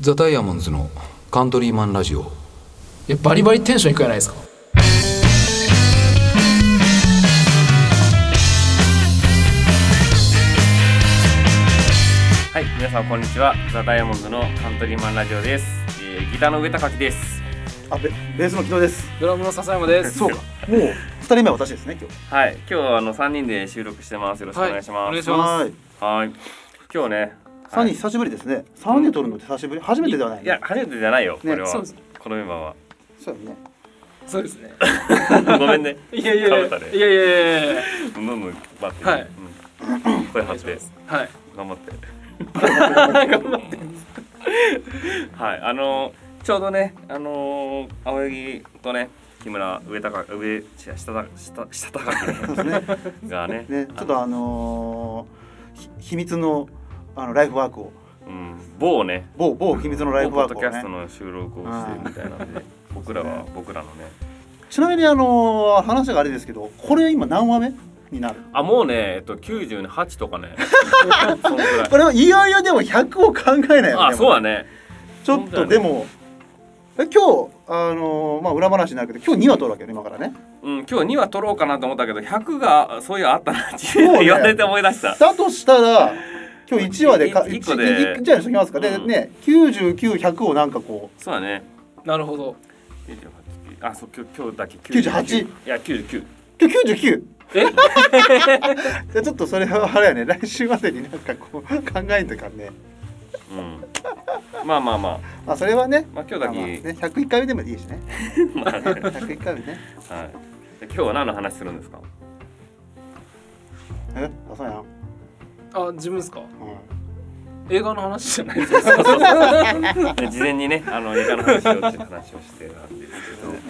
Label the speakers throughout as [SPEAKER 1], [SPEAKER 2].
[SPEAKER 1] ザ・ダイヤモンズのカントリーマンラジオ
[SPEAKER 2] いやバリバリテンションいくじゃないですか
[SPEAKER 3] はい、皆さんこんにちは。ザ・ダイヤモンドのカントリーマンラジオです。えーギターの上高木です。
[SPEAKER 4] あベベースの木戸です。
[SPEAKER 2] ドラムの笹山です
[SPEAKER 4] そうか。もう二人目は私ですね今日。
[SPEAKER 3] はい、今日はあの三人で収録してます。よろしくお願いします。
[SPEAKER 2] はいお願いしま
[SPEAKER 4] はーい。
[SPEAKER 3] す。はい。今日ね、
[SPEAKER 4] 三人
[SPEAKER 3] はい
[SPEAKER 4] 久しぶりですね。三人で撮るのって久しぶり。初めてではない。
[SPEAKER 3] いや、初めてじゃないよ。こ
[SPEAKER 4] ね
[SPEAKER 3] れは、
[SPEAKER 2] そうです
[SPEAKER 3] このメンバ
[SPEAKER 4] そうよね。
[SPEAKER 2] そうですね
[SPEAKER 3] ー は。ごめんね。
[SPEAKER 2] いやいやいや
[SPEAKER 3] 被ったね
[SPEAKER 2] いやいやいやいや
[SPEAKER 3] どんどん張って、
[SPEAKER 2] はい
[SPEAKER 3] うん声張って
[SPEAKER 2] はい
[SPEAKER 3] 頑張って。はい、あのちょうどね、あの青柳とね、木村上高上違う下高下下高
[SPEAKER 4] そう
[SPEAKER 3] 木
[SPEAKER 4] ですね。
[SPEAKER 3] ね がね、
[SPEAKER 4] ねちょっとあのーひ秘密のあのライフワークを
[SPEAKER 3] うん、某ね
[SPEAKER 4] 某某秘密のライフワーク
[SPEAKER 3] 某ポッドキャスト
[SPEAKER 4] をね。
[SPEAKER 3] の収録をしてるみたいなんで僕らは僕らのね
[SPEAKER 4] ちなみにあのー話があれですけど、これ今何話目になる？
[SPEAKER 3] あもうねえっと98とか ねそのくらい
[SPEAKER 4] これはいよいよでも100を考えないよね。
[SPEAKER 3] あそうだね
[SPEAKER 4] ちょっとでも。え今日あのーまあ裏話になるけど今日2話撮るわけよね今からね
[SPEAKER 3] うん今日2話取ろうかなと思ったけど100がそういうあったなって
[SPEAKER 4] うね
[SPEAKER 3] 言われて思い出した
[SPEAKER 4] だとしたら今日1話でか
[SPEAKER 3] い一
[SPEAKER 4] 一
[SPEAKER 3] 個で
[SPEAKER 4] 一じゃあしときますか、で
[SPEAKER 3] うん
[SPEAKER 4] ね99100をなんかこ
[SPEAKER 3] そうだね
[SPEAKER 2] なるほど
[SPEAKER 3] 98あそう今日今日だけ
[SPEAKER 4] 98
[SPEAKER 3] いや99
[SPEAKER 4] う今日99
[SPEAKER 2] え
[SPEAKER 4] じゃあちょっとそれはあれやね来週までになんかこう考えんといかんね
[SPEAKER 3] うんまあまあま あ
[SPEAKER 4] まあそれはね,、
[SPEAKER 3] まあ今日だ
[SPEAKER 4] まあ、
[SPEAKER 3] け、
[SPEAKER 4] まあね101回目でもいいし ね
[SPEAKER 3] まあね
[SPEAKER 4] 101回目ね
[SPEAKER 3] はいで今日は何の話するん ですか
[SPEAKER 4] えあそうやん、うん、
[SPEAKER 2] あ自分ですか映画の話じゃないですか
[SPEAKER 3] で事前にねあの映画の話をっていう話をしてたんですけ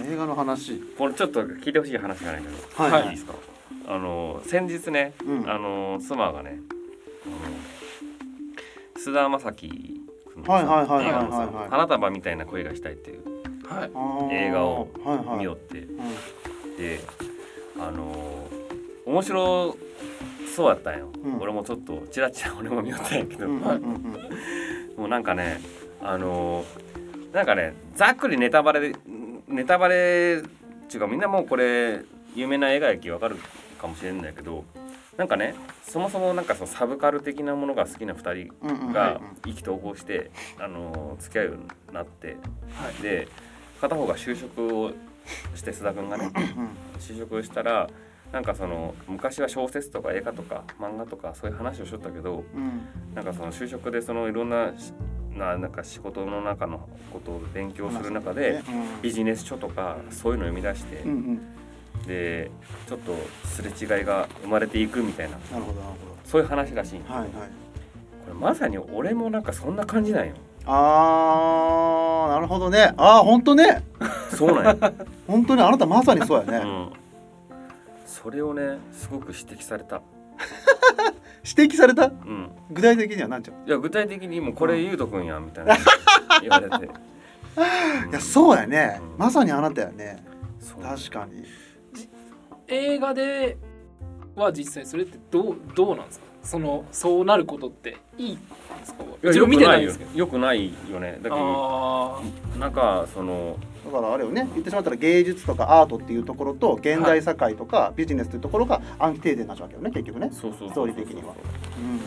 [SPEAKER 3] ど
[SPEAKER 4] 映画の話
[SPEAKER 3] これちょっと聞いてほしい話があるんだけど
[SPEAKER 4] はい
[SPEAKER 2] はい
[SPEAKER 3] いですかあの先日ね、
[SPEAKER 4] うん
[SPEAKER 3] あの妻がねあの菅田将暉君のさ
[SPEAKER 4] はいはいはいはいは
[SPEAKER 3] 映画
[SPEAKER 4] いはい
[SPEAKER 3] のさ花束みたいな声がしたい」っていう
[SPEAKER 2] はい
[SPEAKER 4] あー
[SPEAKER 3] 映画を
[SPEAKER 4] はいはい
[SPEAKER 3] 見よって、
[SPEAKER 4] うん
[SPEAKER 3] であの面白そうやったんよ、
[SPEAKER 4] うん
[SPEAKER 3] 俺もちょっとチラチラ俺も見よったんやけど、
[SPEAKER 4] うんうんうん
[SPEAKER 3] もうなんかねあのなんかねざっくりネタバレでネタバレっていうかみんなもうこれ有名な映画やきわかるかもしれないんだけどなんかねそもそもなんかそのサブカル的なものが好きな2人
[SPEAKER 4] うんうん
[SPEAKER 3] が意気投合して、あの付き合うようになって、で片方が就職をして須田君がね就職をしたらなんかその昔は小説とか映画とか漫画とかそういう話をしとったけど、
[SPEAKER 4] うんうん
[SPEAKER 3] なんかその就職でそのいろんなしななんか仕事の中のことを勉強する中でビジネス書とかそういうのを読み出して、
[SPEAKER 4] うんうん
[SPEAKER 3] でちょっとすれ違いが生まれていくみたいな
[SPEAKER 4] なるほどなる
[SPEAKER 3] そういう話らしいこ
[SPEAKER 4] ほどはいはい
[SPEAKER 3] れまさに俺もなんかそんな感じ なんよ
[SPEAKER 4] あーなるほどねああ本当ね
[SPEAKER 3] そうなんよ、
[SPEAKER 4] 本当にあなたまさにそうや
[SPEAKER 3] う
[SPEAKER 4] ね、
[SPEAKER 3] ん、それをねすごく指摘された、
[SPEAKER 4] 指摘された
[SPEAKER 3] うん、
[SPEAKER 4] 具体的には何ちゃう、
[SPEAKER 3] いや具体的にもうこれ優斗君やみ たいな言われて、うん
[SPEAKER 4] いやそうやね、
[SPEAKER 3] うん
[SPEAKER 4] まさにあなたやね
[SPEAKER 3] そう
[SPEAKER 4] 確かに
[SPEAKER 2] 映画では実際それってどうどうなんですかそのそうなることっていいんですか
[SPEAKER 3] いや
[SPEAKER 2] 一
[SPEAKER 3] よ
[SPEAKER 2] 応
[SPEAKER 3] く
[SPEAKER 2] 見てないんですけど
[SPEAKER 3] よよくないよねだけど
[SPEAKER 2] あー
[SPEAKER 3] なんかその
[SPEAKER 4] だからあれよね言ってしまったら芸術とかアートっていうところと現代社会とかビジネスっていうところがアンチテーゼになっちゃうわけよね結局ね
[SPEAKER 3] そうそうそうそう
[SPEAKER 4] ストーリー的にはうん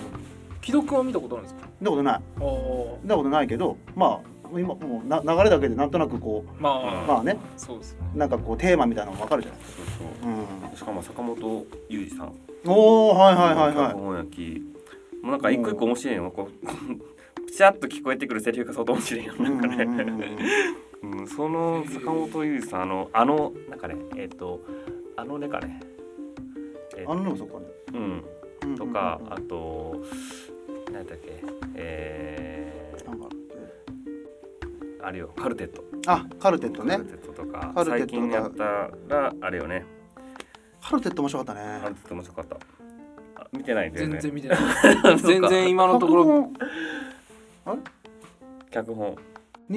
[SPEAKER 2] 既読は見たことあるんですか
[SPEAKER 4] 見たことない
[SPEAKER 2] あー
[SPEAKER 4] 見たことないけどまあ今もうな流れだけでなんとなくこ
[SPEAKER 2] ま
[SPEAKER 4] う
[SPEAKER 2] あ、
[SPEAKER 4] まあね
[SPEAKER 2] そうですよね
[SPEAKER 4] なんかこうテーマみたいなのもわかるじゃない
[SPEAKER 3] そうそううしかも坂本雄二さん
[SPEAKER 4] んおおはいはいはいはい
[SPEAKER 3] 脚本やきもうなんか一個一個面白いのこうピチャッと聞こえてくるセリフが相当面白いよなんか
[SPEAKER 4] うんうんうんうん
[SPEAKER 3] ね、うん、その坂本雄二さんあのあのなんかねえっ、とあのねかねえ
[SPEAKER 4] あのでもそこね
[SPEAKER 3] うん
[SPEAKER 4] うんうん
[SPEAKER 3] とかあと何だっけえ
[SPEAKER 4] なんか
[SPEAKER 3] ー、あれよカルテット、
[SPEAKER 4] あカルテット
[SPEAKER 3] カ
[SPEAKER 4] ね
[SPEAKER 3] ルテットとか
[SPEAKER 4] カルテ
[SPEAKER 3] 最
[SPEAKER 4] ットとか
[SPEAKER 3] 近やったらあれよね
[SPEAKER 4] カルテット面白かった
[SPEAKER 3] カル
[SPEAKER 4] ね
[SPEAKER 3] テット面白かったあ見てないんだよ
[SPEAKER 2] 全
[SPEAKER 3] ね
[SPEAKER 2] 然見て ない全然今のところ
[SPEAKER 4] 脚本
[SPEAKER 3] 脚本
[SPEAKER 4] 逃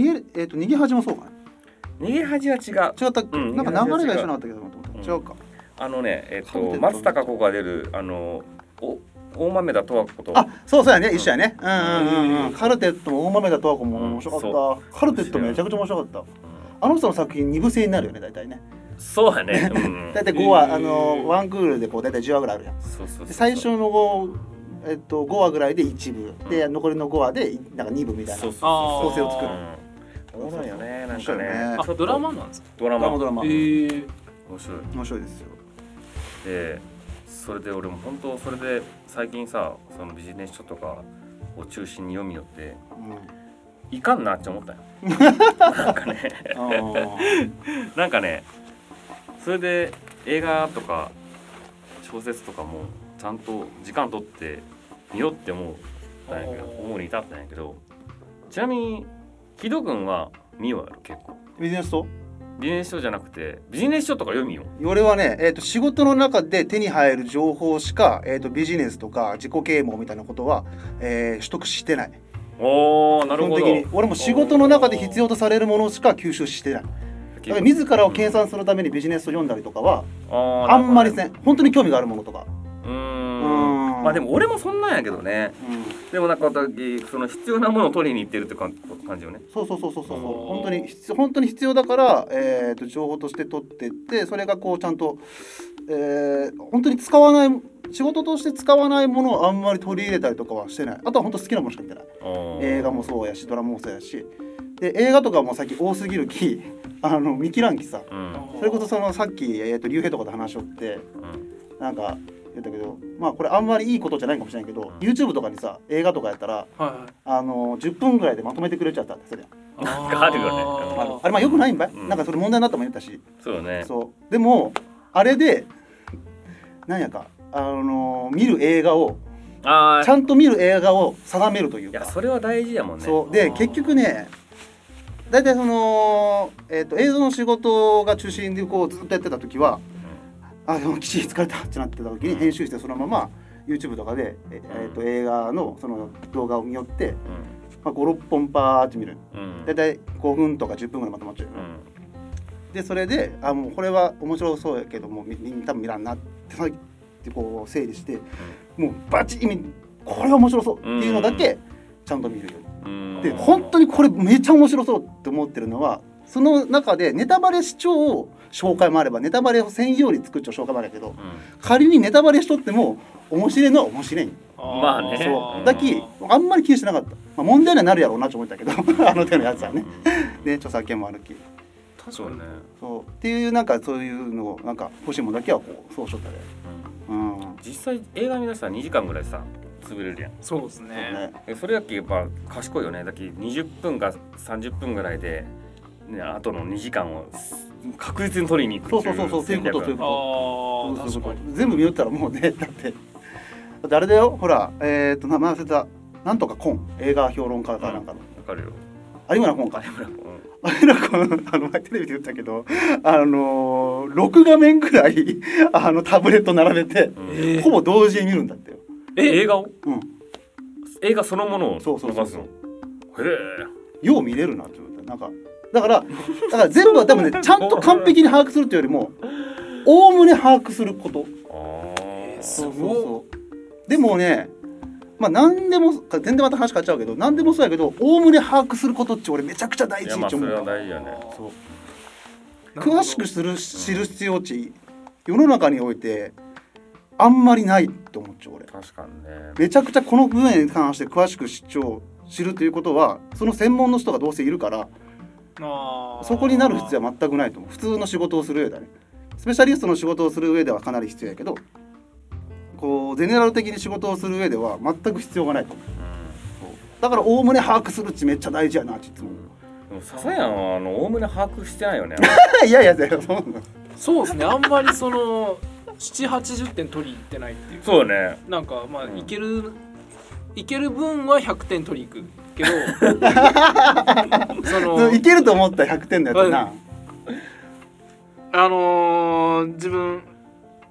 [SPEAKER 4] げるえっ、と逃げ恥もそうかね
[SPEAKER 3] 逃げ恥は違う
[SPEAKER 4] 違った、
[SPEAKER 3] ん
[SPEAKER 4] なんか流れが一緒なかったけど、
[SPEAKER 3] うん
[SPEAKER 4] 違うか
[SPEAKER 3] あのね、えっ
[SPEAKER 4] カルテ
[SPEAKER 3] と
[SPEAKER 4] ット
[SPEAKER 3] 松たか子が出るあのお大豆田十和子と
[SPEAKER 4] あそうそうやね一緒やねうんうんうん
[SPEAKER 3] う
[SPEAKER 4] うんんカルテットも大豆田十和子も面白
[SPEAKER 3] うん
[SPEAKER 4] か
[SPEAKER 3] そ
[SPEAKER 4] ったカルテットめちゃくちゃ面白かったあの人の作品二部制になるよね大体ね
[SPEAKER 3] そうや ね、うん、
[SPEAKER 4] 大体5話、
[SPEAKER 2] へー
[SPEAKER 4] あのワンクールでこう大体10話ぐらいあるやん
[SPEAKER 3] そうそうそう
[SPEAKER 4] で最初の5、えっと、5話ぐらいで一部で残りの5話でなんか二部みたいな
[SPEAKER 3] そうそう
[SPEAKER 2] あ
[SPEAKER 3] そう
[SPEAKER 2] ー
[SPEAKER 4] 構成を作る
[SPEAKER 3] うん面白いよねなん
[SPEAKER 4] 面
[SPEAKER 3] か
[SPEAKER 4] 白い
[SPEAKER 3] ね
[SPEAKER 4] ね
[SPEAKER 3] ちょっ
[SPEAKER 2] あ
[SPEAKER 3] と
[SPEAKER 2] ドラマなんですか
[SPEAKER 3] ドラ
[SPEAKER 4] ドラ
[SPEAKER 3] マ
[SPEAKER 4] マドラマ、
[SPEAKER 2] えー、
[SPEAKER 3] 面白い
[SPEAKER 4] 面白いですよ
[SPEAKER 3] でそれで俺も本当それで最近さそのビジネス書とかを中心に読みよっていかんなって思ったよなんかね
[SPEAKER 4] うん、
[SPEAKER 3] なんかねそれで映画とか小説とかもちゃんと時間取って見ようって思うなんやけど
[SPEAKER 2] おー
[SPEAKER 3] 思うに至ったんやけどちなみに木戸君は見ようやろ結構
[SPEAKER 4] ビジネスと
[SPEAKER 3] ビジネス書じゃなくてビジネス書とか読みよ
[SPEAKER 4] 俺はね、えっと仕事の中で手に入る情報しか、えっとビジネスとか自己啓蒙みたいなことは、えー取得してない
[SPEAKER 3] おーなるほど
[SPEAKER 4] 基本的に俺も仕事の中で必要とされるものしか吸収してないだから自らを計算するためにビジネスを読んだりとかはあんまりせ
[SPEAKER 3] ん
[SPEAKER 4] ん本当に興味があるものとか、
[SPEAKER 3] うー
[SPEAKER 4] うんん
[SPEAKER 3] まあでも俺もそんなんやけどねでもなんかその必要なものを取りに行ってるって感感じよね
[SPEAKER 4] そうそうそうそうそうそう
[SPEAKER 3] おー
[SPEAKER 4] 本当に必本当に必要だから、えー、と情報として取ってってそれがこうちゃんと、えー本当に使わない仕事として使わないものをあんまり取り入れたりとかはしてないあとは本当好きなものしか見てない映画もそうやしドラマもそうやしで映画とかも最近多すぎるき あの見切らんきさ
[SPEAKER 3] うん、うん
[SPEAKER 4] それこそそのさっき、えー、と竜兵とかと話しよって
[SPEAKER 3] うん
[SPEAKER 4] なんか言ったけどまあこれあんまりいいことじゃないかもしれないけど、YouTube とかにさ映画とかやったら
[SPEAKER 2] はいはい
[SPEAKER 4] あの10分ぐらいでまとめてくれちゃったんですよ
[SPEAKER 3] なんかあるよね
[SPEAKER 4] あ
[SPEAKER 2] あ
[SPEAKER 4] あれまあよくないんばい、
[SPEAKER 3] うん
[SPEAKER 4] なんかそれ問題になったも言ったし、
[SPEAKER 3] そうよね
[SPEAKER 4] そうでもあれでなんやかあの見る映画を
[SPEAKER 3] ああ
[SPEAKER 4] ちゃんと見る映画を定めるという
[SPEAKER 3] いや
[SPEAKER 4] か
[SPEAKER 3] それは大事やもんね
[SPEAKER 4] そうで
[SPEAKER 2] あー
[SPEAKER 4] 結局ね大体その、えっと映像の仕事が中心でこうずっとやってた時はあでもきちり疲れたってなってた時に編集してそのまま YouTube とかで、ええっと映画のその動画を見よって、
[SPEAKER 3] う
[SPEAKER 4] まあ、56本パーって見る
[SPEAKER 3] んうん
[SPEAKER 4] 大体5分とか10分ぐらいまとまっちゃうよね、
[SPEAKER 3] う
[SPEAKER 4] でそれであもうこれは面白そうやけどもうみみ多分見らんなってさってこう整理して、もうバチ意味これは面白そうっていうのだけちゃんと見るように、
[SPEAKER 3] んうん
[SPEAKER 4] で本当にこれめちゃ面白そうって思ってるのはその中でネタバレ視聴紹介もあればネタバレを専用に作っちゃう紹介もあるけど
[SPEAKER 3] う
[SPEAKER 4] 仮にネタバレしとっても面白いのは面白いんよ
[SPEAKER 2] ー
[SPEAKER 3] まあね
[SPEAKER 4] そううんだきあんまり気にしてなかった、まあ、問題にはなるやろうなと思ったけど あの手のやつはねで著作権もあるき
[SPEAKER 2] 確
[SPEAKER 3] そう
[SPEAKER 2] か
[SPEAKER 3] ね
[SPEAKER 2] に
[SPEAKER 4] そうっていうなんかそういうのをなんか欲しいものだけはこうそうしとったで
[SPEAKER 3] うん
[SPEAKER 4] うん
[SPEAKER 3] 実際映画見出したら2時間ぐらいさ潰れるやん
[SPEAKER 2] そうです
[SPEAKER 4] そう
[SPEAKER 2] ね
[SPEAKER 4] ね
[SPEAKER 3] えそれやっけやっぱ賢いよねだっけ20分か30分ぐらいで、ね、あとの2時間をす確実に取りに行くってい
[SPEAKER 4] そうそうそうそういうことそういう
[SPEAKER 2] あ
[SPEAKER 4] こ
[SPEAKER 2] あ
[SPEAKER 4] そうそ
[SPEAKER 2] 確
[SPEAKER 4] うそ
[SPEAKER 2] か
[SPEAKER 4] う
[SPEAKER 2] に
[SPEAKER 4] 全部見よったらもうねだって誰だよほらえっ、と名前忘れたなんとかコン映画評論家かなんかの、
[SPEAKER 3] わかるよ
[SPEAKER 4] 有村コンか
[SPEAKER 3] 金村君
[SPEAKER 4] あれなんかあの前テレビで言ったけどあのー、6画面くらいあのタブレット並べて
[SPEAKER 3] うん
[SPEAKER 2] えー
[SPEAKER 4] ほぼ同時に見るんだってよ。
[SPEAKER 3] え映画を
[SPEAKER 4] うん、
[SPEAKER 3] 映画そのものを
[SPEAKER 4] そうそうそうそう
[SPEAKER 3] 伸ばすのへ
[SPEAKER 4] よう見れるなって思ったなんかだからだから全部は多分ねちゃんと完璧に把握するというよりもおおむね把握すること
[SPEAKER 3] えあ
[SPEAKER 2] えー
[SPEAKER 3] ー
[SPEAKER 2] すごい
[SPEAKER 4] そうでもねまあ何でも全然また話変わっちゃうけど何でもそうやけどおおむね把握することって俺めちゃくちゃ大
[SPEAKER 3] い
[SPEAKER 4] 事
[SPEAKER 3] やまあ
[SPEAKER 4] っ
[SPEAKER 3] そ
[SPEAKER 4] て思
[SPEAKER 3] れは
[SPEAKER 4] う
[SPEAKER 3] 大事よね
[SPEAKER 4] そう
[SPEAKER 2] なるほど
[SPEAKER 4] 詳しくする知る必要値世の中においてあんまりないと思っちゃう俺
[SPEAKER 3] 確かにね
[SPEAKER 4] めちゃくちゃこの分野に関して詳しく知っちゃう知るということはその専門の人がどうせいるから
[SPEAKER 2] あー
[SPEAKER 4] そこになる必要は全くないと思う普通の仕事をする上ではねスペシャリストの仕事をする上ではかなり必要やけどこうゼネラル的に仕事をする上では全く必要がないと思うだからおおむね把握するっちめっちゃ大事やなっていつも
[SPEAKER 3] でも笹谷はあのおおむね把握してないよね
[SPEAKER 4] いやいやいやそんな
[SPEAKER 2] そうですねあんまりその780点取りに行ってないっていう
[SPEAKER 3] そうね
[SPEAKER 2] なんかまあ
[SPEAKER 3] うん
[SPEAKER 2] いける、いける分は100点取りに行くけどその
[SPEAKER 4] のいけると思った100点のやつな、
[SPEAKER 2] あのー自分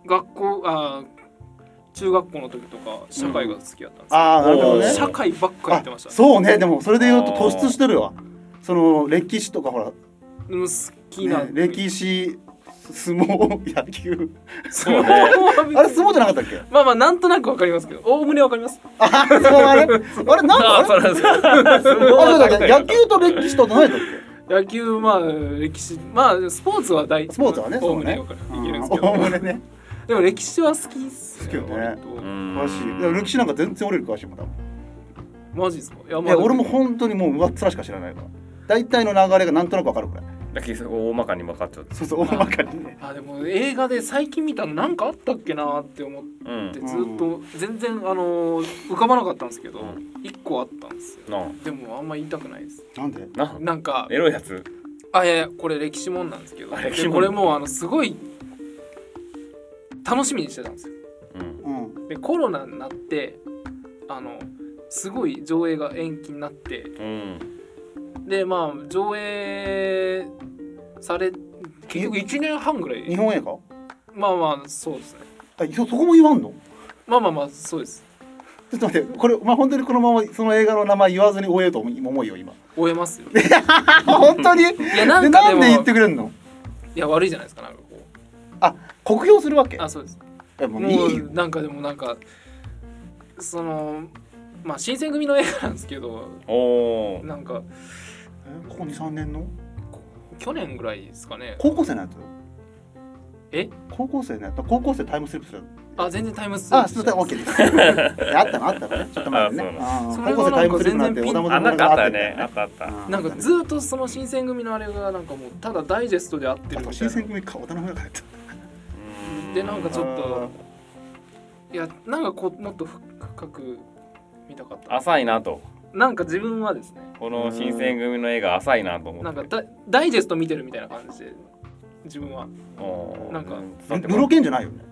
[SPEAKER 2] 学校あー中学校の時とか社会が好きだったんですよ、
[SPEAKER 4] ああなるほどね
[SPEAKER 3] うん
[SPEAKER 2] 社会ばっかりやってました
[SPEAKER 4] あそうねでもそれで言うと突出してるわその歴史とかほら、
[SPEAKER 2] うん好きな、
[SPEAKER 4] ね、歴史相撲野球
[SPEAKER 3] そうね
[SPEAKER 4] あれ相撲じゃなかったっけ
[SPEAKER 2] まあまあなんとなくわかりますけど、おおむねわかります。
[SPEAKER 4] あ相撲あれあれなんか
[SPEAKER 3] あ
[SPEAKER 4] あ
[SPEAKER 3] あ
[SPEAKER 4] れ
[SPEAKER 3] そうなんですよ相撲
[SPEAKER 4] あ
[SPEAKER 3] だ
[SPEAKER 4] ちょっと待って野球と歴史と何だっ
[SPEAKER 2] 野球まあ歴史まあスポーツは大
[SPEAKER 4] けスポーツはね
[SPEAKER 2] お
[SPEAKER 4] そ
[SPEAKER 2] お
[SPEAKER 4] う
[SPEAKER 2] むね
[SPEAKER 4] ね
[SPEAKER 2] わかる、
[SPEAKER 4] うん
[SPEAKER 2] いけるんですけど
[SPEAKER 4] お、おむねね
[SPEAKER 2] でも歴史は好きっすね。
[SPEAKER 4] 好きよね
[SPEAKER 2] 割と
[SPEAKER 4] 詳しいでも歴史なんか全然俺より詳しいもんだ
[SPEAKER 2] マジですか。いや
[SPEAKER 4] いや俺も本当にもう上っ面しか知らないから大体の流れがなんとなくわかるくらい
[SPEAKER 3] だけど大まかに分かっちゃって
[SPEAKER 4] そうそう大まかにね
[SPEAKER 2] あでも映画で最近見たのなんかあったっけなって思って
[SPEAKER 3] うん
[SPEAKER 2] ずっと全然あのー浮かばなかったんですけど
[SPEAKER 3] うん
[SPEAKER 2] 一個あったんですよ
[SPEAKER 3] なあ
[SPEAKER 2] でもあんま言いたくないです
[SPEAKER 4] なんで
[SPEAKER 3] なあ
[SPEAKER 2] なんか
[SPEAKER 3] エロいやつ
[SPEAKER 2] あいやいやこれ歴史もんなんですけど
[SPEAKER 3] あ
[SPEAKER 2] で
[SPEAKER 3] 歴史もん
[SPEAKER 2] これもうあのすごい楽しみにしてたんですよ
[SPEAKER 3] うん
[SPEAKER 4] うん
[SPEAKER 2] でコロナになってあのすごい上映が延期になって
[SPEAKER 3] うん
[SPEAKER 2] でまあ上映され結局1年半ぐら
[SPEAKER 4] 日
[SPEAKER 2] い
[SPEAKER 4] 本映画
[SPEAKER 2] まあまあそうですね
[SPEAKER 4] あそそこも言わんの
[SPEAKER 2] まあまあまあそうです
[SPEAKER 4] ちょっと待ってこれまあ本当にこのままその映画の名前言わずに終えようと思うよ今
[SPEAKER 2] 終えます よ
[SPEAKER 4] あ本当にで
[SPEAKER 2] いやな
[SPEAKER 4] なんん
[SPEAKER 2] かでも
[SPEAKER 4] で言ってくれんの
[SPEAKER 2] いや悪いじゃないですかなんかこう
[SPEAKER 4] 酷評するわけ
[SPEAKER 2] あそうです
[SPEAKER 4] いやもういい
[SPEAKER 2] も
[SPEAKER 4] よ
[SPEAKER 2] うなんかでもなんかそのまあ新選組の映画なんですけど
[SPEAKER 3] おお
[SPEAKER 2] なんか
[SPEAKER 4] えここ23年の
[SPEAKER 2] 去年ぐらいですかね
[SPEAKER 4] 高校生のやつ
[SPEAKER 2] え
[SPEAKER 4] 高校生のやつ高校生タイムスリップする
[SPEAKER 2] あ全然タイムスリッ
[SPEAKER 4] あ
[SPEAKER 2] プし
[SPEAKER 4] す
[SPEAKER 2] て
[SPEAKER 4] み
[SPEAKER 2] な
[SPEAKER 4] ません
[SPEAKER 2] い
[SPEAKER 4] OK です あったのあったのねちょっと待ってね
[SPEAKER 2] う
[SPEAKER 4] あ
[SPEAKER 2] な
[SPEAKER 4] ー
[SPEAKER 2] の
[SPEAKER 4] 高校生タイムスリップなんて
[SPEAKER 2] それはなんか全然ピン
[SPEAKER 3] あなんか
[SPEAKER 4] 織田信長
[SPEAKER 3] あっ
[SPEAKER 4] が
[SPEAKER 3] た
[SPEAKER 4] あ
[SPEAKER 3] よ
[SPEAKER 4] んだよ
[SPEAKER 3] ねあったあった
[SPEAKER 4] あー
[SPEAKER 2] なんか
[SPEAKER 4] っ
[SPEAKER 2] ずっとその新選組のあれがなんかもうただダイジェストで合ってるみた
[SPEAKER 4] 新
[SPEAKER 2] いな
[SPEAKER 4] 選組か織田信長が入った
[SPEAKER 2] でなんかちょっ
[SPEAKER 4] あ
[SPEAKER 2] といやなんかこうもっとふ深く見たかった
[SPEAKER 3] 浅いなと
[SPEAKER 2] なんか自分はですね
[SPEAKER 3] この新選組の映画浅いなと思って
[SPEAKER 2] なんかダダイジェスト見てるみたいな感じで自分は
[SPEAKER 3] おー
[SPEAKER 2] なんか
[SPEAKER 3] 伝わってこ
[SPEAKER 4] ル
[SPEAKER 3] な
[SPEAKER 4] ロ
[SPEAKER 3] い
[SPEAKER 4] ケンじゃないよね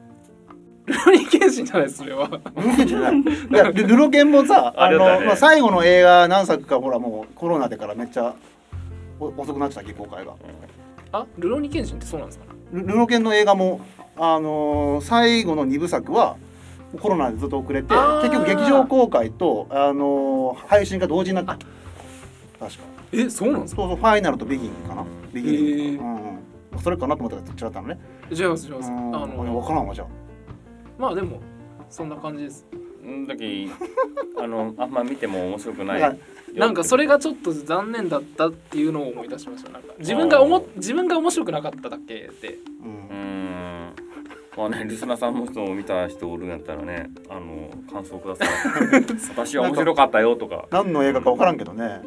[SPEAKER 2] ロニケンシンじゃないですそれは
[SPEAKER 4] ルロケンじゃない いやルルロケンもさあ
[SPEAKER 3] あれ
[SPEAKER 4] の
[SPEAKER 3] だよね
[SPEAKER 4] まあ最後の映画何作かほらもうコロナでからめっちゃお遅くなってたっけ公開が
[SPEAKER 2] あルロニケンシンってそうなんですか
[SPEAKER 4] ルルロケンの映画も、あのー最後の2部作はコロナでずっと遅れて
[SPEAKER 2] あー
[SPEAKER 4] 結局劇場公開と、あのー配信が同時になった確か
[SPEAKER 2] えそうなんです
[SPEAKER 4] そ
[SPEAKER 2] か
[SPEAKER 4] うそうファイナルとビギンかなビギ
[SPEAKER 2] へ
[SPEAKER 4] ン、
[SPEAKER 2] ー
[SPEAKER 4] うんうん、それかなと思ったら違ったのね
[SPEAKER 2] 違います違いうますあ
[SPEAKER 4] んあれ
[SPEAKER 2] の
[SPEAKER 4] 分からんわじゃあ
[SPEAKER 2] まあでもそんな感じです
[SPEAKER 3] うんだけあのあんま見ても面白くない
[SPEAKER 4] だから
[SPEAKER 2] なんかそれがちょっと残念だったっていうのを思い出しましたなんか自分がお
[SPEAKER 3] あ
[SPEAKER 2] も
[SPEAKER 3] ー
[SPEAKER 2] 自分が面白くなかっただけで
[SPEAKER 3] う
[SPEAKER 4] う
[SPEAKER 3] んんまあねリスナーさんも人を見た人おるんやったらねあの感想ください私は面白かったよとか
[SPEAKER 4] 何の映画か分からんけどね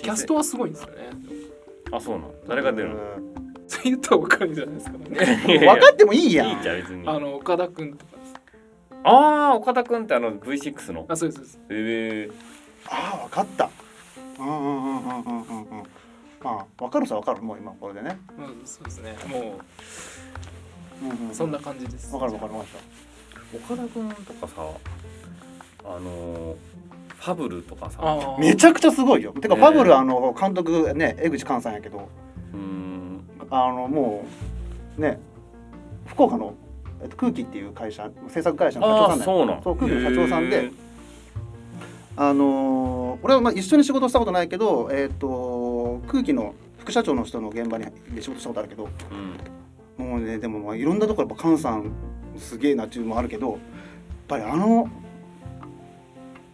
[SPEAKER 2] キャストはすごいんですよね
[SPEAKER 3] あそうなの誰が出るの
[SPEAKER 4] うん
[SPEAKER 2] そう言ったら分かるんじゃないですか、ね、
[SPEAKER 3] いやい
[SPEAKER 4] 分
[SPEAKER 3] や
[SPEAKER 4] かってもいいやん
[SPEAKER 3] いいじゃん別に
[SPEAKER 2] あ
[SPEAKER 3] あ
[SPEAKER 2] の岡田君とかです
[SPEAKER 3] あー岡田君ってあの V6 の
[SPEAKER 2] あそうですそうです
[SPEAKER 3] ええ
[SPEAKER 4] ああ分かったうんうんうんうんうんうんうんああ分かるさ分かるもう今これでね、
[SPEAKER 2] うんそうですねも
[SPEAKER 4] うんうんう、
[SPEAKER 2] うんそんな感じです
[SPEAKER 4] 分かる分かる分かる
[SPEAKER 3] 岡田君とかさあのファブルとかさ
[SPEAKER 2] ああ
[SPEAKER 4] めちゃくちゃすごいよ。てか、
[SPEAKER 3] ね
[SPEAKER 4] ファブルあの監督ね江口寛さんやけど
[SPEAKER 3] うん
[SPEAKER 4] あのもうね福岡の、えっと、空気っていう会社制作会社の社長
[SPEAKER 3] あ
[SPEAKER 4] さ
[SPEAKER 3] あ
[SPEAKER 4] んだよ。
[SPEAKER 3] そうなの
[SPEAKER 4] そう空気の社長さんであのー俺はまあ一緒に仕事したことないけど、えっと空気の副社長の人の現場にで仕事したことあるけど
[SPEAKER 3] うん
[SPEAKER 4] もうねでもまあいろんなとこやっぱ寛さんすげえなっていうのもあるけどやっぱりあの。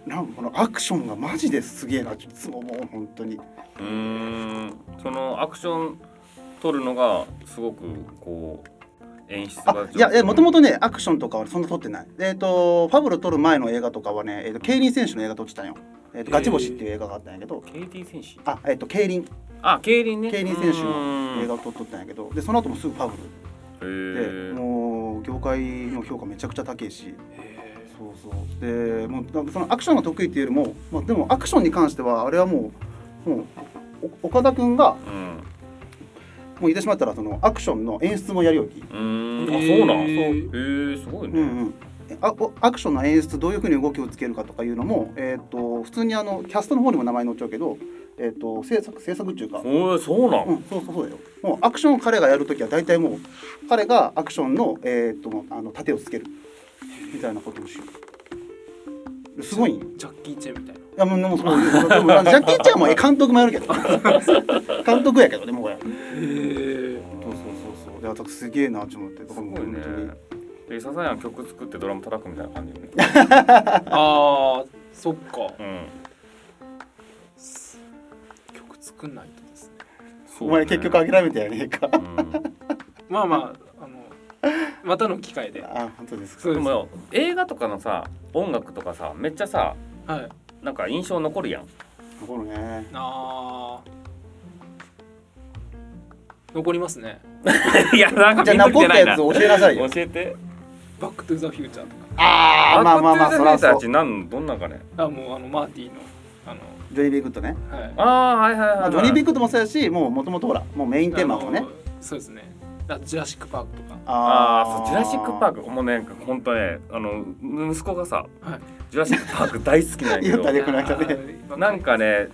[SPEAKER 4] なんかこのアクションがマジですげえなっていつももう本当に
[SPEAKER 3] うーんそのアクション撮るのがすごくこう演出が
[SPEAKER 4] あいやいやもとも
[SPEAKER 3] と
[SPEAKER 4] とねアクションとかはそんな撮ってないえっ、とファブル撮る前の映画とかはね、えー、と競輪選手の映画撮ってたんよ、えー、とガチ星っていう映画があったんやけど、
[SPEAKER 3] KT 選手
[SPEAKER 4] あえっ、と競輪
[SPEAKER 3] あ競輪ね
[SPEAKER 4] 競輪選手の映画
[SPEAKER 3] 画
[SPEAKER 4] を撮っとったんやけどでその後もすぐファブルで、
[SPEAKER 3] へえ
[SPEAKER 4] もう業界の評価めちゃくちゃ高いし
[SPEAKER 2] へ
[SPEAKER 4] そうそうでもうなんかそのアクションが得意っていうよりも、まあ、でもアクションに関してはあれはもうもうお岡田君がも
[SPEAKER 3] うん
[SPEAKER 4] う言ってしまったらそのアクションの演出もやりよき
[SPEAKER 3] うーん
[SPEAKER 2] え
[SPEAKER 3] あそうなん
[SPEAKER 2] へ
[SPEAKER 3] へ
[SPEAKER 2] え
[SPEAKER 3] えすごい
[SPEAKER 4] うんう
[SPEAKER 3] ね
[SPEAKER 4] んあおアクションの演出どういうふうに動きをつけるかとかいうのも、えー、と普通にあのキャストの方にも名前載っちゃうけど、えー、と制作制作っていうか、
[SPEAKER 3] おーそうなん
[SPEAKER 4] うん、そうそうそうだよもうアクションを彼がやるときは大体もう彼がアクションの,、えー、とあの盾をつけるみたいなことをしようすごいんよ
[SPEAKER 2] ジャッキー・チェンみたいない
[SPEAKER 4] やもうでもそういうで もあのジャッキー・チェンはもうえ監督もやるけど監督やけどねもうこれ
[SPEAKER 2] へえ
[SPEAKER 4] うやだからすげえなと思ってだ
[SPEAKER 3] す
[SPEAKER 4] か
[SPEAKER 3] ご
[SPEAKER 4] ら
[SPEAKER 3] い
[SPEAKER 4] もう
[SPEAKER 3] ね
[SPEAKER 4] 本当に
[SPEAKER 3] でサザエは曲作ってドラム叩くみたいな感じよ ね
[SPEAKER 2] あーそっか
[SPEAKER 3] うん
[SPEAKER 2] 曲作んないとですね
[SPEAKER 3] そ
[SPEAKER 4] お
[SPEAKER 3] う
[SPEAKER 4] 前結局
[SPEAKER 3] げ
[SPEAKER 4] 諦めたよねえか
[SPEAKER 2] まあまああのまたの機会では
[SPEAKER 4] あ本当です
[SPEAKER 2] そ
[SPEAKER 4] か
[SPEAKER 2] う
[SPEAKER 3] でもよ映画とかのさ音楽とかさめっちゃさ
[SPEAKER 2] い
[SPEAKER 3] なんか印象残る やん
[SPEAKER 4] 残るね
[SPEAKER 2] あー残りますね
[SPEAKER 3] いやなんか
[SPEAKER 4] じゃあ
[SPEAKER 3] ピンとき
[SPEAKER 4] 残ってた
[SPEAKER 3] ないな
[SPEAKER 4] やつ教えなさい
[SPEAKER 3] 教
[SPEAKER 4] よ
[SPEAKER 3] えて
[SPEAKER 2] バックトゥザフューチャーと
[SPEAKER 4] ああまあまあまあそら
[SPEAKER 3] そ
[SPEAKER 4] そ
[SPEAKER 3] た
[SPEAKER 4] う
[SPEAKER 3] ちなんどんなんかね
[SPEAKER 2] かあもうあのマーティのあの
[SPEAKER 4] ジョニー・ビーグッドね、
[SPEAKER 2] はい
[SPEAKER 3] ああはいはいはい、
[SPEAKER 4] ま
[SPEAKER 3] はい、
[SPEAKER 4] あ、ジョニー・ビーグッドもそうやしもうもともとほらもうメインテーマも
[SPEAKER 2] あ
[SPEAKER 4] ね
[SPEAKER 2] のそうですねあジュラシックパークとか
[SPEAKER 3] ああそうジュラシック・パ ー
[SPEAKER 4] ク
[SPEAKER 3] クもうね本当ねあの息子がさ
[SPEAKER 2] はい
[SPEAKER 3] ジュラシック・パーク大好きなんやけ
[SPEAKER 4] 言うたね
[SPEAKER 3] ど
[SPEAKER 4] この間ね
[SPEAKER 2] あー
[SPEAKER 3] なんかね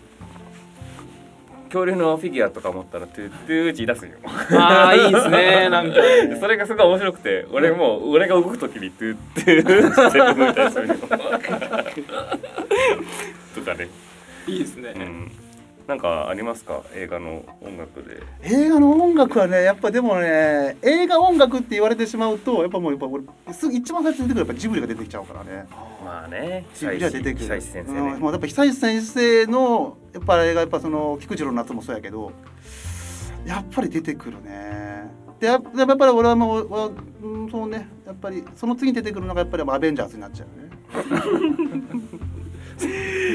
[SPEAKER 3] 恐竜のフィギュアとか持ったらトゥトゥーチ出すんよ
[SPEAKER 2] あーいいです ねなんか
[SPEAKER 3] でそれがすごい面白くて俺もう俺が動く時にトゥトゥーって動いたりするよ とかね、
[SPEAKER 2] いいですね、
[SPEAKER 3] うん、なんかありますか映画の音楽で
[SPEAKER 4] 映画の音楽はねやっぱでもね映画音楽って言われてしまうとやっぱもうやっぱ俺すぐ一番最初に出てくるやっぱジブリが出てきちゃうからね
[SPEAKER 3] まあね
[SPEAKER 4] ジブリは出てくる
[SPEAKER 3] 久石先生
[SPEAKER 4] うん
[SPEAKER 3] ね
[SPEAKER 4] もうやっぱ久石先生のやっぱあれがやっぱその菊次郎の夏もそうやけどやっぱり出てくるねでやっやっぱり俺はもう俺はうんそうねやっぱりその次に出てくるのがやっぱりアベンジャーズになっちゃうね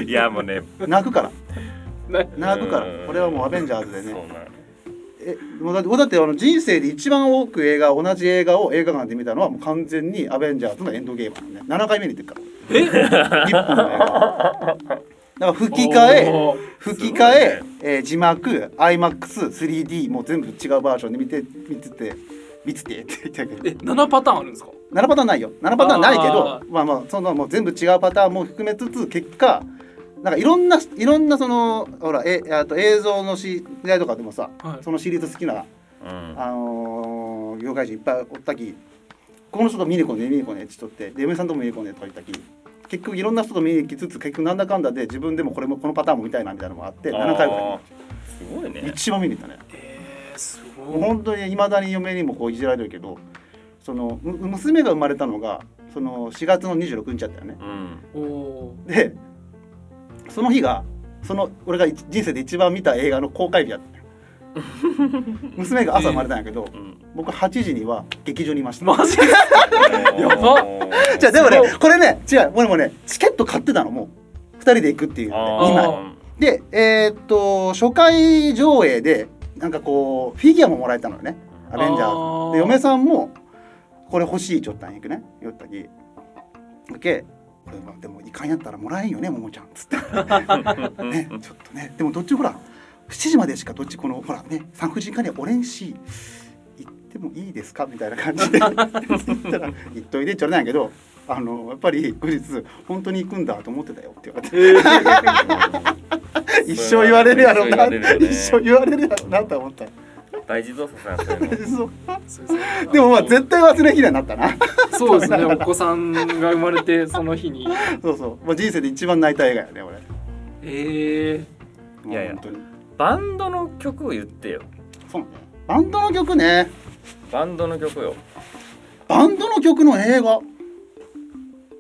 [SPEAKER 3] いやもうね
[SPEAKER 4] 泣くから
[SPEAKER 2] ね
[SPEAKER 4] 泣くから
[SPEAKER 3] うん
[SPEAKER 4] これはもうアベンジャーズでね
[SPEAKER 3] そうなん
[SPEAKER 4] えもうだってだってあの人生で一番多く映画同じ映画を映画館で見たのはもう完全に「アベンジャーズ」のエンドゲームだね7回目に出てるからえ1本の映画だから吹き替え
[SPEAKER 2] おー
[SPEAKER 4] 吹き替ええー字幕 IMAX3D もう全部違うバージョンで見て見てて見ててって言ったけど
[SPEAKER 2] え7パターンあるんですか
[SPEAKER 4] 7パターンないよ7パターンないけど
[SPEAKER 2] あー
[SPEAKER 4] まあまあそのもう全部違うパターンも含めつつ結果なんかいろんないろんなそのほらえあと映像のし時代とかでもさ
[SPEAKER 2] はい
[SPEAKER 4] そのシリーズ好きな
[SPEAKER 3] うん
[SPEAKER 4] あのー、業界人いっぱいおったきこの人と見に来ね見に来ねちょっとってで嫁さんとも見に来ねとか言ったき結局いろんな人と見に来つつ結局なんだかんだで自分でもこれもこのパターンも見たいなみたいなのもあって7回ぐら
[SPEAKER 3] あーすごい
[SPEAKER 4] い
[SPEAKER 3] ね
[SPEAKER 4] 一番見に行ったね
[SPEAKER 2] えー、す
[SPEAKER 4] も
[SPEAKER 2] ご
[SPEAKER 4] う
[SPEAKER 2] い
[SPEAKER 4] 本当にいまだに嫁にもこういじられるけどそのむ娘が生まれたのがその4月の26日だったよね
[SPEAKER 3] うん
[SPEAKER 2] お
[SPEAKER 4] でその日がその俺が一人生で一番見た映画の公開日だ ったよ娘が朝生まれたんやけど
[SPEAKER 3] うん
[SPEAKER 4] 僕8時には劇場にいました
[SPEAKER 2] マジです
[SPEAKER 3] や
[SPEAKER 2] ば
[SPEAKER 4] じゃあでもね
[SPEAKER 2] すごい
[SPEAKER 4] これね違う俺もねチケット買ってたのもう2人で行くっていうので今
[SPEAKER 3] 今
[SPEAKER 4] でえーっと初回上映でなんかこうフィギュアももらえたのよねアベンジャ
[SPEAKER 2] あ
[SPEAKER 4] ー
[SPEAKER 2] ー
[SPEAKER 4] ズで嫁さんもこれ欲しいちょったんやけどね言ったきだけこれまあでもいかんやったらもらえんよねももちゃんつってねちょっとねでもどっちほら7時までしかどっちこのほらね産婦人科にはオレンジ行ってもいいですかみたいな感じで言ったら「行っといで」って言われたんやけどあのやっぱり後日「本当に行くんだと思ってたよ」って言われて一生言われるやろ
[SPEAKER 3] そ
[SPEAKER 4] な
[SPEAKER 3] れはね
[SPEAKER 4] 一生言われるやろなと思った
[SPEAKER 3] 大事動作さんそういうの
[SPEAKER 4] そう
[SPEAKER 2] そうですね
[SPEAKER 4] でもまあ絶対忘れん日にはなったな
[SPEAKER 2] そうですねお子さんが生まれてその日に
[SPEAKER 4] そうそう、まあ、人生で一番泣いた映画やね俺
[SPEAKER 2] ええ
[SPEAKER 3] いやいや
[SPEAKER 4] もう本当に
[SPEAKER 3] バンドの曲を言ってよ
[SPEAKER 4] そうねバンドの曲ね
[SPEAKER 3] バンドの曲よ
[SPEAKER 4] バンドの曲の映画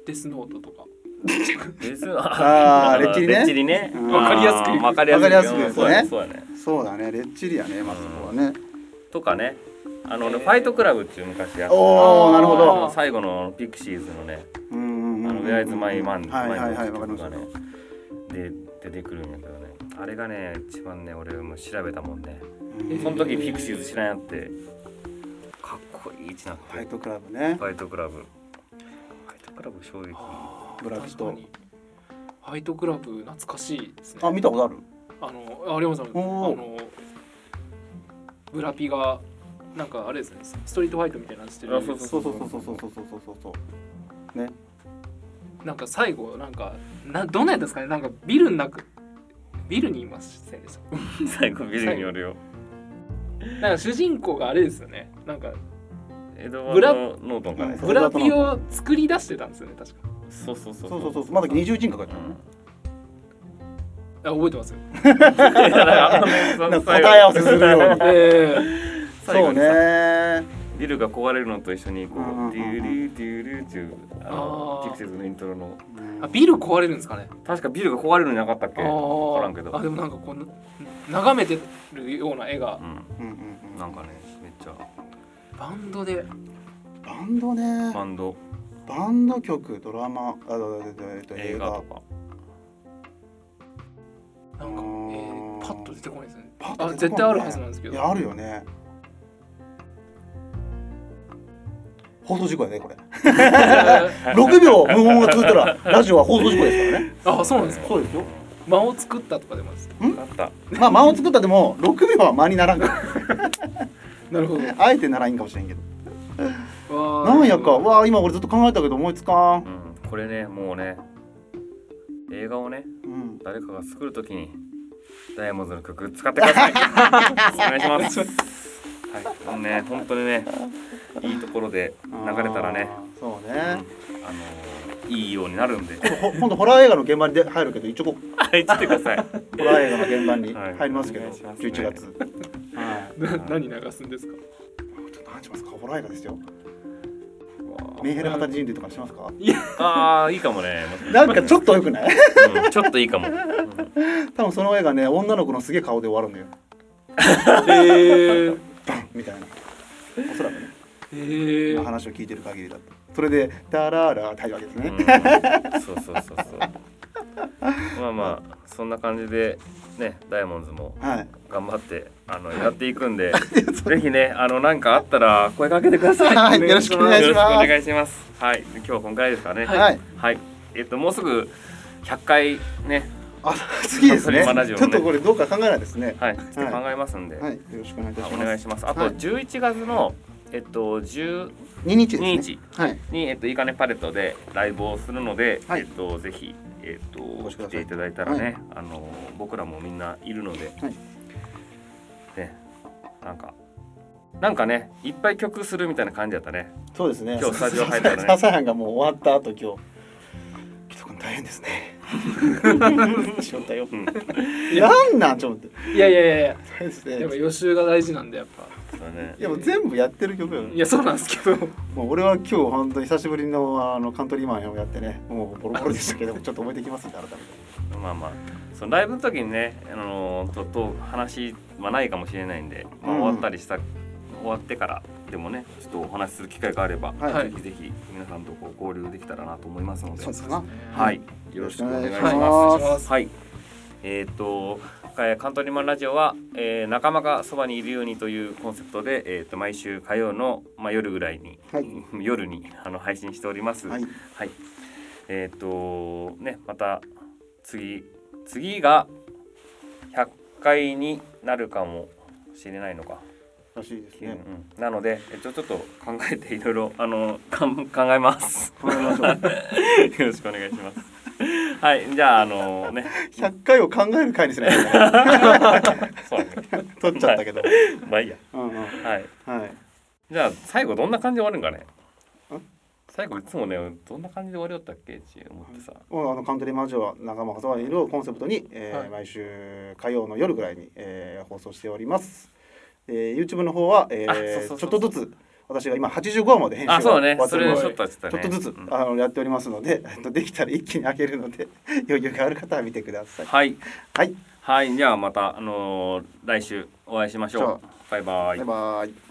[SPEAKER 2] デスノートとか
[SPEAKER 3] 別に
[SPEAKER 4] あーレッチリね
[SPEAKER 3] レッチリね
[SPEAKER 4] うん
[SPEAKER 2] わかりやすく
[SPEAKER 3] あーわかりやすく
[SPEAKER 4] わかりやすくですね
[SPEAKER 3] そうやそうやね
[SPEAKER 4] そうだねレッチリやねまあそこはね
[SPEAKER 3] とかねあの
[SPEAKER 2] え
[SPEAKER 3] ね
[SPEAKER 2] ー
[SPEAKER 3] ファイトクラブっていう昔やった
[SPEAKER 4] おおなるほ
[SPEAKER 2] あ
[SPEAKER 4] ど
[SPEAKER 2] ー
[SPEAKER 3] 最後のピクシーズのね
[SPEAKER 4] うんうんうん
[SPEAKER 3] あの「Where is my man」
[SPEAKER 4] はいはいはいわかりました
[SPEAKER 3] ねで出てくるんやけどねあれがね一番ね俺も調べたもんね
[SPEAKER 4] うん
[SPEAKER 3] その時ピクシーズ知らんやってかっこいいちなって
[SPEAKER 4] ファイトクラブね
[SPEAKER 3] ファイトクラブファイトクラブ 衝撃
[SPEAKER 4] ブラピ
[SPEAKER 2] 確
[SPEAKER 4] と
[SPEAKER 2] かにファイトクラブ懐かしいですね
[SPEAKER 4] あ見たことある
[SPEAKER 2] あのありがとうございますあ
[SPEAKER 4] おー
[SPEAKER 2] のブラピがなんかあれですねストリートファイトみたいなのしてる
[SPEAKER 3] あそうそう
[SPEAKER 4] そうそうそうそうそうそうそうそうそう
[SPEAKER 2] なんか最後なんかなどんなやったんですかねなんかビルの中ビルにいませんでした
[SPEAKER 3] 最後ビルによるよ
[SPEAKER 2] なんか主人公があれですよねなんか
[SPEAKER 3] エドワ
[SPEAKER 2] ブ
[SPEAKER 3] ー
[SPEAKER 2] ラ
[SPEAKER 3] ド・ノートンかね
[SPEAKER 4] うん
[SPEAKER 2] ブラピを作り出してたんですよね確か
[SPEAKER 3] そうそうそう
[SPEAKER 4] そうそうそうまだ二重人格やった のね
[SPEAKER 3] う
[SPEAKER 2] あ覚えてますよ
[SPEAKER 3] んだからあの
[SPEAKER 4] なんか答え合わせするように
[SPEAKER 2] ええ
[SPEAKER 3] 最後に
[SPEAKER 4] そう
[SPEAKER 3] さ
[SPEAKER 4] ね
[SPEAKER 3] ビルが壊れるのと一緒にこ
[SPEAKER 4] うんうんうんうん
[SPEAKER 3] う「デュリーデュリー」っていうあの
[SPEAKER 2] あー
[SPEAKER 3] ティクセスのイントロの
[SPEAKER 2] あビル壊れるんですかね
[SPEAKER 3] 確かビルが壊れるのなかったっけ
[SPEAKER 2] あー
[SPEAKER 3] 分からんけど
[SPEAKER 2] あでもなんかこうな眺めてるような絵が
[SPEAKER 3] う
[SPEAKER 4] うんうんうん
[SPEAKER 3] んなんかねめっちゃ
[SPEAKER 2] バンドで
[SPEAKER 4] バンドね
[SPEAKER 3] バンド
[SPEAKER 4] バンド曲ドラマあえっと
[SPEAKER 3] 映
[SPEAKER 4] 映
[SPEAKER 3] 画
[SPEAKER 4] 画
[SPEAKER 3] とか
[SPEAKER 2] なんか、えーパッと出てこないですね
[SPEAKER 4] パッと
[SPEAKER 2] あ
[SPEAKER 4] 出て
[SPEAKER 2] 絶
[SPEAKER 4] こな
[SPEAKER 2] 対
[SPEAKER 4] いね
[SPEAKER 2] あるはずなんですけ
[SPEAKER 4] い
[SPEAKER 2] ど
[SPEAKER 4] やあるよね放送事故やねこれ 6秒無言が続いたらラジオは放送事故ですからね
[SPEAKER 2] あそうなんですか
[SPEAKER 4] そうですよ
[SPEAKER 2] 間を作ったとか出ます
[SPEAKER 3] あった
[SPEAKER 4] まあ間を作ったでも6秒は間になら んから
[SPEAKER 2] なるほど
[SPEAKER 4] あえてならんかもしれんけど
[SPEAKER 2] わー
[SPEAKER 4] なんやかわあ今俺ずっと考えたけど思いつかん
[SPEAKER 3] うんこれねもうね映画をね
[SPEAKER 4] うん
[SPEAKER 3] 誰かが作るときにダイヤモンドの曲使ってくださ いお願いしますはいもうね本当にねいいところで流れたらね
[SPEAKER 4] あーそう
[SPEAKER 3] う
[SPEAKER 4] ね
[SPEAKER 3] んあのいいようになるんで
[SPEAKER 4] ほ今度ホラー映画の現場にで入るけど一応こう
[SPEAKER 3] はい言ってください
[SPEAKER 4] ホラー映画の現場に
[SPEAKER 3] はい
[SPEAKER 4] 入りますけど、
[SPEAKER 3] お願いします
[SPEAKER 4] 11月はい
[SPEAKER 2] な何流すんですか
[SPEAKER 4] ちょっと何しますかホラー映画ですよ
[SPEAKER 2] わー
[SPEAKER 4] メンヘラ型人類とかしますか
[SPEAKER 3] ああいいかも ね
[SPEAKER 4] なんかちょっとよくない
[SPEAKER 3] うんちょっといいかも、うん
[SPEAKER 4] 多分その映画ね女の子のすげえ顔で終わるんだよ
[SPEAKER 2] えー、
[SPEAKER 4] みたいなおそらくね
[SPEAKER 2] えー
[SPEAKER 4] 今話を聞いてる限りだとそれでダラーラーって入るわけですね、
[SPEAKER 3] うんそうそうそうそうまあまあそんな感じでねダイヤモンズも
[SPEAKER 4] はい
[SPEAKER 3] 頑張ってあのやっていくん でぜひねあのなんかあったら声かけてください
[SPEAKER 4] はい
[SPEAKER 2] お願いします
[SPEAKER 4] よろしくお
[SPEAKER 3] よ
[SPEAKER 4] 願い
[SPEAKER 3] ろ
[SPEAKER 4] し
[SPEAKER 3] しくお
[SPEAKER 4] ます
[SPEAKER 3] 願いしますはい今日はこんくらいですかね
[SPEAKER 4] はい、
[SPEAKER 3] はいえっともうすぐ100回ね
[SPEAKER 4] あ次で すね
[SPEAKER 3] カントリーマンラジオ
[SPEAKER 4] ち
[SPEAKER 3] の
[SPEAKER 4] ょっ
[SPEAKER 3] ね
[SPEAKER 4] とこれどうか考えないですね
[SPEAKER 3] はいちょっと考えますんで、
[SPEAKER 4] はいよろしくお願いいたし
[SPEAKER 3] お
[SPEAKER 4] ます
[SPEAKER 3] 願いしますあと
[SPEAKER 4] はい
[SPEAKER 3] 11月のえっと12
[SPEAKER 4] 2日ですね
[SPEAKER 3] 日
[SPEAKER 4] はい
[SPEAKER 3] に、えっと、いいかねパレットでライブをするので、
[SPEAKER 4] はい
[SPEAKER 3] えっと、ぜひ、えっと、
[SPEAKER 4] 越しくださ
[SPEAKER 3] 来
[SPEAKER 4] い
[SPEAKER 3] ていただいたらね、あの僕らもみんないるので、
[SPEAKER 4] はい
[SPEAKER 3] ねなんかなんかねいっぱい曲するみたいな感じだったね
[SPEAKER 4] そうですね
[SPEAKER 3] 今日スタジオ入ったらね
[SPEAKER 4] ササハンがもう終わった後今日きとくん大変で すね仕事よ
[SPEAKER 3] うん
[SPEAKER 4] なんなんちょっと待って
[SPEAKER 2] いやいやいやいや
[SPEAKER 4] 大変です
[SPEAKER 2] やっぱ
[SPEAKER 4] ね
[SPEAKER 2] 予習が大事なんでやっぱ
[SPEAKER 3] そうね
[SPEAKER 4] いやもう全部やってる曲よ
[SPEAKER 2] いやそうなんですけど
[SPEAKER 4] もう俺は今日本当に久しぶりのあのカントリーマンをやってねもうボロボロでしたけどちょっと覚えてきますんで改めて
[SPEAKER 3] まあまあそのライブの時にねあのとと話はないかもしれないんで、まあ、
[SPEAKER 4] うん
[SPEAKER 3] 終わったりした、終わってからでもねちょっとお話しする機会があれば、
[SPEAKER 4] はい
[SPEAKER 2] はい
[SPEAKER 3] ぜひぜひ皆さんとこう交流できたらなと思いますので。
[SPEAKER 4] そうですな
[SPEAKER 3] はいい、よろしくお願いし
[SPEAKER 2] はい
[SPEAKER 3] ま。
[SPEAKER 2] お願いします
[SPEAKER 3] はい、えっ、と、えーカントリーマンラジオは、えー仲間がそばにいるようにというコンセプトで、えっ、と毎週火曜のまあ夜ぐらいに、
[SPEAKER 4] はい
[SPEAKER 3] 夜にあの配信しております。
[SPEAKER 4] はい
[SPEAKER 3] はいえっ、とね、また次次が100回になるかもしれないのか。
[SPEAKER 4] らしいです
[SPEAKER 3] うん
[SPEAKER 4] ね
[SPEAKER 3] うんなので、えちょちょっと考えていろいろあのかん考え ます。
[SPEAKER 4] 考えましょう
[SPEAKER 3] よろしくお願いします。はい、じゃあ、あのね、
[SPEAKER 4] 100回を考える回にしないとね
[SPEAKER 3] そうだね、
[SPEAKER 4] 取っちゃったけど
[SPEAKER 3] まあいいや。
[SPEAKER 4] うんうん
[SPEAKER 3] はい。
[SPEAKER 4] はい
[SPEAKER 3] じゃあ、最後どんな感じで終わるんかね。最後いつもね、どんな感じで終わりよったっけって思ってさ。
[SPEAKER 4] もうあのカントリーマンジョは仲間がそばにいるをコンセプトに、えー
[SPEAKER 2] はい
[SPEAKER 4] 毎週火曜の夜ぐらいに、えー放送しております、えー、YouTube の方は、え
[SPEAKER 3] あそう
[SPEAKER 4] ー
[SPEAKER 3] そう
[SPEAKER 4] ち
[SPEAKER 3] そ
[SPEAKER 4] ょ
[SPEAKER 3] う
[SPEAKER 4] っとずつ私が今85話まで編集
[SPEAKER 3] あ、
[SPEAKER 4] が
[SPEAKER 3] そうね
[SPEAKER 4] 終わ、って
[SPEAKER 3] そ
[SPEAKER 4] る
[SPEAKER 3] れ
[SPEAKER 4] の
[SPEAKER 3] ち
[SPEAKER 4] で
[SPEAKER 3] ょっとやってた
[SPEAKER 4] ちょ
[SPEAKER 3] ね。
[SPEAKER 4] っとずつ
[SPEAKER 3] うん
[SPEAKER 4] あのやっておりますので、えっとできたら一気に開けるので余裕がある方は見てください。
[SPEAKER 3] はい、
[SPEAKER 4] はい、
[SPEAKER 3] はい、じゃあ、また、あのー来週お会いしましょう。バイバイ
[SPEAKER 4] バイ。バイ。